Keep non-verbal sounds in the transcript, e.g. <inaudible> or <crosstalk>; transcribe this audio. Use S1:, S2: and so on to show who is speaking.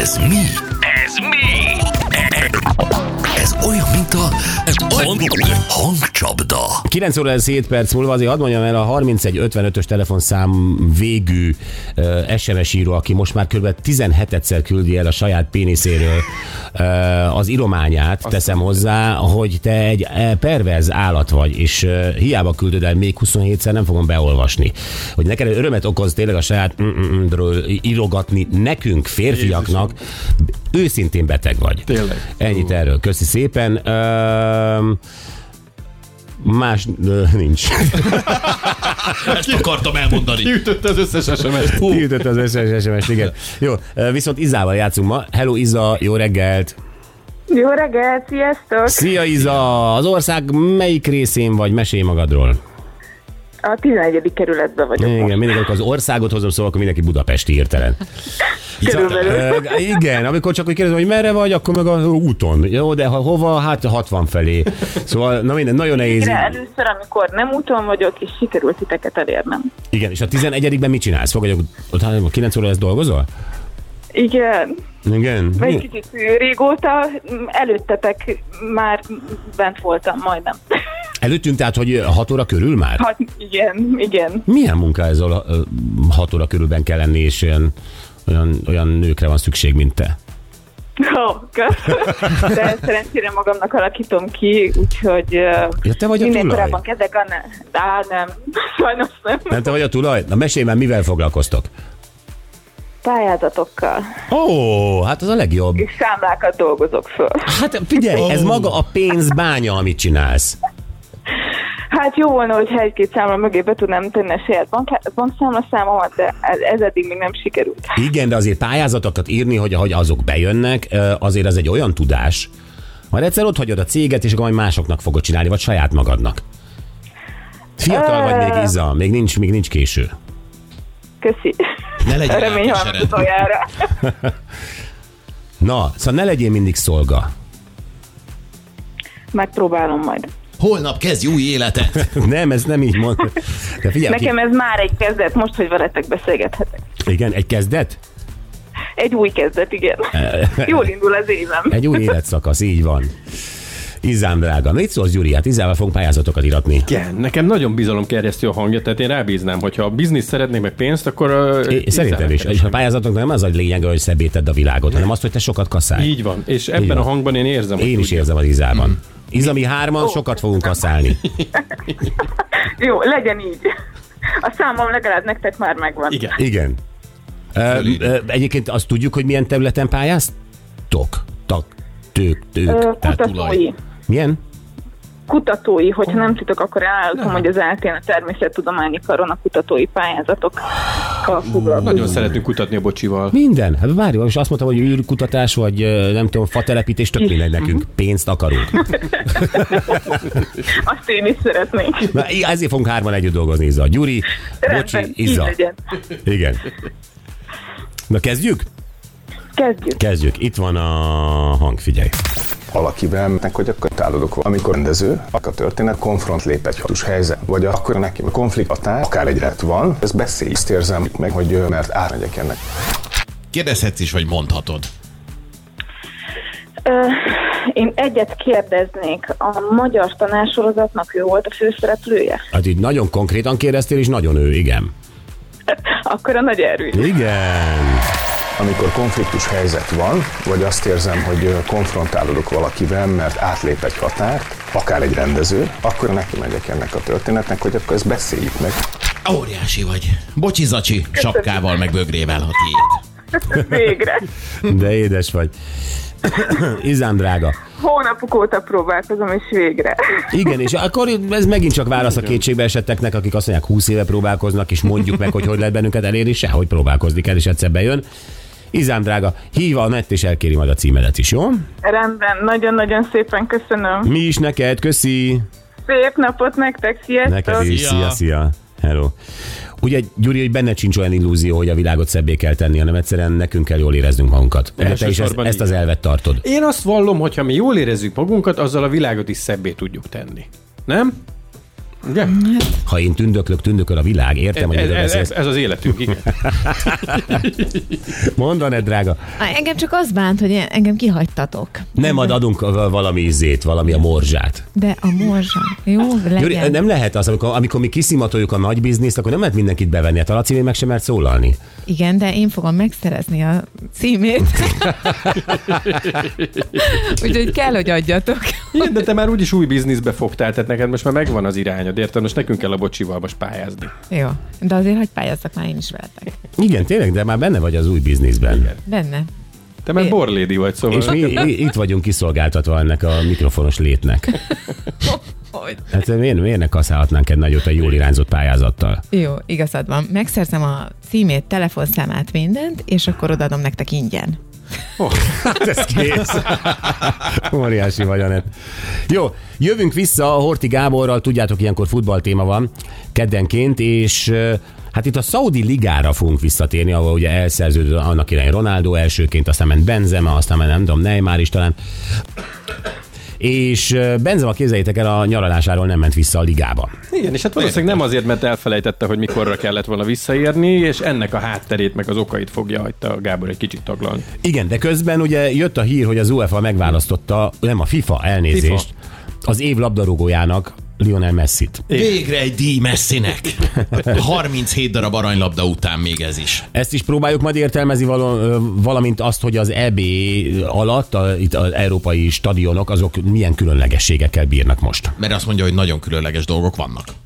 S1: Ez mi? Ez mi? Ez olyan, mint a hangcsapda.
S2: 9 óra lesz 7 perc múlva, azért hadd mondjam el, a 3155-ös telefonszám végű uh, SMS író, aki most már kb. 17-szer küldi el a saját péniszéről uh, az irományát, teszem hozzá, hogy te egy uh, perverz állat vagy, és uh, hiába küldöd el, még 27-szer nem fogom beolvasni. Hogy neked örömet okoz tényleg a saját mm, ről írogatni nekünk, férfiaknak, őszintén beteg vagy.
S3: Tényleg.
S2: Ennyit erről. Köszi szépen. Öm, más ö, nincs.
S4: Ezt akartam elmondani.
S3: Kiütötte az összes SMS-t. Hú,
S2: Kiütött az összes sms igen. Jó, ö, viszont Izával játszunk ma. Hello Iza, jó reggelt!
S5: Jó reggelt, sziasztok!
S2: Szia Iza! Az ország melyik részén vagy? Mesélj magadról.
S5: A 11. kerületben vagyok.
S2: Igen, mindig amikor az országot hozom, szóval akkor mindenki budapesti hirtelen.
S5: Körülbelül.
S2: Ö, igen, amikor csak úgy kérdezem, hogy merre vagy, akkor meg a úton. Jó, de ha hova? Hát 60 felé. Szóval, na minden, nagyon nehéz.
S5: Végre először, amikor nem úton vagyok, és sikerült titeket elérnem.
S2: Igen, és a 11-ben mit csinálsz? Fogadjuk, ott hát 9 óra lesz dolgozol?
S5: Igen,
S2: Igen.
S5: egy kicsit régóta, m, előttetek már bent voltam <laughs> majdnem.
S2: Előttünk tehát, hogy 6 óra körül már?
S5: Hát igen, igen.
S2: Milyen munka ez, ahol ö, 6 óra körülben kell lenni, és olyan, olyan, olyan nőkre van szükség, mint te?
S5: Ó, köszönöm. De szerencsére magamnak alakítom ki, úgyhogy ö,
S2: Ja, te vagy a
S5: minél
S2: tulaj.
S5: korábban kezdek, annál... Á, nem. <laughs> Sajnos nem.
S2: Nem te vagy a tulaj? Na mesélj már, mivel foglalkoztok?
S5: Pályázatokkal.
S2: Ó, hát az a legjobb.
S5: És számlákat dolgozok föl.
S2: Hát figyelj, ez maga a pénzbánya, amit csinálsz.
S5: Hát jó volna, hogyha egy-két számla mögé be tudnám tenni a saját bank- bankszámlaszámomat, de ez, ez eddig még nem sikerült.
S2: Igen, de azért pályázatokat írni, hogy, hogy azok bejönnek, ö, azért az egy olyan tudás, majd egyszer ott hagyod a céget, és akkor majd másoknak fogod csinálni, vagy saját magadnak. Fiatal vagy még, Iza, még nincs, még nincs késő.
S5: Köszi.
S4: Ne legyen
S5: Remény hallom
S4: elkesered.
S5: utoljára.
S2: Na, szóval ne legyél mindig szolga.
S5: Megpróbálom majd.
S4: Holnap kezdj új
S1: <laughs>
S4: életet.
S2: Nem, ez nem így mond. De figyelj,
S5: Nekem ez már egy kezdet, most, hogy veletek beszélgethetek.
S2: ki... igen, egy kezdet?
S5: Egy új kezdet, igen. Jól indul az évem.
S2: Egy új életszakasz, így van. Izám drága. Mit szólsz, Gyuri? Hát Izával fogunk pályázatokat iratni.
S3: igen, nekem nagyon bizalomkerjesztő a hangja, tehát én rábíznám, hogyha a bizniszt szeretnék meg pénzt, akkor... ö,
S2: É, Szerintem is. És a pályázatoknak nem az a lényeg, hogy szebbé tedd a világot, hanem azt, hogy te sokat kaszálj.
S3: Így van, és ebben
S2: van.
S3: a hangban én érzem,
S2: Én is
S3: tudja.
S2: érzem az Izában. Iza, mi hárman sokat fogunk kaszálni.
S5: Jó, legyen így. A számom legalább nektek már megvan.
S3: Igen.
S2: Igen. Ö, ö, egyébként azt tudjuk, hogy milyen területen pályáztok? Tak, tők,
S5: Ö,
S2: tők. Tehát,
S5: Kutatói.
S2: milyen?
S5: Kutatói, hogyha nem titok, akkor elárultam, hogy az eltén a természettudományi karon a kutatói pályázatokkal foglalkozom.
S3: Nagyon szeretünk kutatni a bocsival.
S2: Minden. Hát várj, most azt mondtam, hogy űrkutatás, vagy ö, nem tudom, fatelepítés, tök mindegy nekünk. Pénzt akarunk.
S5: Azt én is szeretnék.
S2: Na, í- ezért fogunk hárman együtt dolgozni, Iza. Gyuri,
S5: Rendben,
S2: Bocsi,
S5: így
S2: Iza.
S5: legyen.
S2: Igen. Na kezdjük?
S5: Kezdjük.
S2: Kezdjük. Itt van a hang, figyelj.
S6: Valakivel, meg hogy akkor tálodok Amikor rendező, akkor a történet konfront lép egy hatós helyzet, vagy akkor neki konfliktatás, akár egy rend van, ez beszélj, ezt érzem meg, hogy ö, mert átmegyek ennek.
S4: Kérdezhetsz is, vagy mondhatod.
S5: Ö, én egyet kérdeznék. A magyar tanársorozatnak ő volt a főszereplője?
S2: Hát így nagyon konkrétan kérdeztél, és nagyon ő, igen.
S5: Akkor a nagy erő.
S2: Igen.
S6: Amikor konfliktus helyzet van, vagy azt érzem, hogy ö, konfrontálódok valakivel, mert átlép egy határt, akár egy rendező, akkor neki megyek ennek a történetnek, hogy akkor ezt beszéljük meg.
S4: Óriási vagy. Bocsi, Zacsi, sapkával meg bögrével, ha tiéd.
S5: Végre.
S2: De édes vagy. <coughs> Izám drága.
S5: Hónapok óta próbálkozom, és végre.
S2: Igen, és akkor ez megint csak válasz a kétségbe esetteknek, akik azt mondják, 20 éve próbálkoznak, és mondjuk meg, hogy hogy lehet bennünket elérni, sehogy próbálkozni kell, és egyszer bejön. Izám drága, hív a net, és elkéri majd a címedet is, jó?
S5: Rendben, nagyon-nagyon szépen köszönöm.
S2: Mi is neked, köszi!
S5: Szép napot nektek,
S2: Neked
S5: sziasztok!
S2: is,
S4: Szia.
S2: szia, szia. Hello. Ugye, Gyuri, hogy benne sincs olyan illúzió, hogy a világot szebbé kell tenni, hanem egyszerűen nekünk kell jól éreznünk magunkat. Erre te is ezt,
S3: Elsősorban
S2: ezt az
S3: így.
S2: elvet tartod.
S3: Én azt vallom, hogy ha mi jól érezzük magunkat, azzal a világot is szebbé tudjuk tenni. Nem? Ugye?
S2: Ha én tündöklök, tündököl a világ. Értem, hogy
S3: Ez,
S2: miről
S3: ez, ez,
S2: beszélsz.
S3: ez az életünk, igen.
S2: <laughs> Mondaned, drága.
S7: Á, Engem csak az bánt, hogy engem kihagytatok.
S2: Nem ad, adunk valami ízét, valami a morzsát.
S7: De a morzsa. Jó, legyen.
S2: Gyuri, nem lehet az, amikor, amikor mi kiszimatoljuk a nagy bizniszt, akkor nem lehet mindenkit bevenni. Hát a Laci még meg sem mert szólalni.
S7: Igen, de én fogom megszerezni a
S2: <laughs>
S7: címét. Úgyhogy kell, hogy adjatok.
S3: Igen, de te már úgyis új bizniszbe fogtál, tehát neked most már megvan az irányod, érted? Most nekünk kell a bocsival most pályázni.
S7: Jó, de azért hagyj pályázzak már én is veletek.
S2: Igen, tényleg, de már benne vagy az új bizniszben. Igen.
S7: Benne.
S3: Te már
S7: É.
S3: borlédi vagy, szóval...
S2: És mi i- itt vagyunk kiszolgáltatva ennek a mikrofonos létnek.
S7: Hogy?
S2: Hát miért, miért ne kaszálhatnánk egy nagyot egy jól irányzott pályázattal?
S7: Jó, igazad van. Megszerzem a címét, telefonszámát, mindent, és akkor odaadom nektek ingyen.
S2: Hát ez kész. Óriási vagy, Anett. Jó, jövünk vissza a Horti Gáborral, tudjátok, ilyenkor futball téma van keddenként, és ö, Hát itt a Saudi ligára fogunk visszatérni, ahol ugye elszerződött annak idején Ronaldo elsőként, aztán ment Benzema, aztán ment nem tudom, Neymar is talán. És ö, Benzema, képzeljétek el, a nyaralásáról nem ment vissza a ligába.
S3: Igen, és hát valószínűleg nem azért, mert elfelejtette, hogy mikorra kellett volna visszaérni, és ennek a hátterét, meg az okait fogja hagyta Gábor egy kicsit taglalni.
S2: Igen, de közben ugye jött a hír, hogy az UEFA megválasztotta, nem a FIFA, elnézést, az év labdarúgójának Lionel Messit.
S4: Végre egy díj
S1: <laughs>
S4: messzinek. 37 darab aranylabda után még ez is.
S2: Ezt is próbáljuk majd értelmezni, való- ö, valamint azt, hogy az EB alatt a, itt az európai stadionok azok milyen különlegességekkel bírnak most.
S4: Mert azt mondja, hogy nagyon különleges dolgok vannak.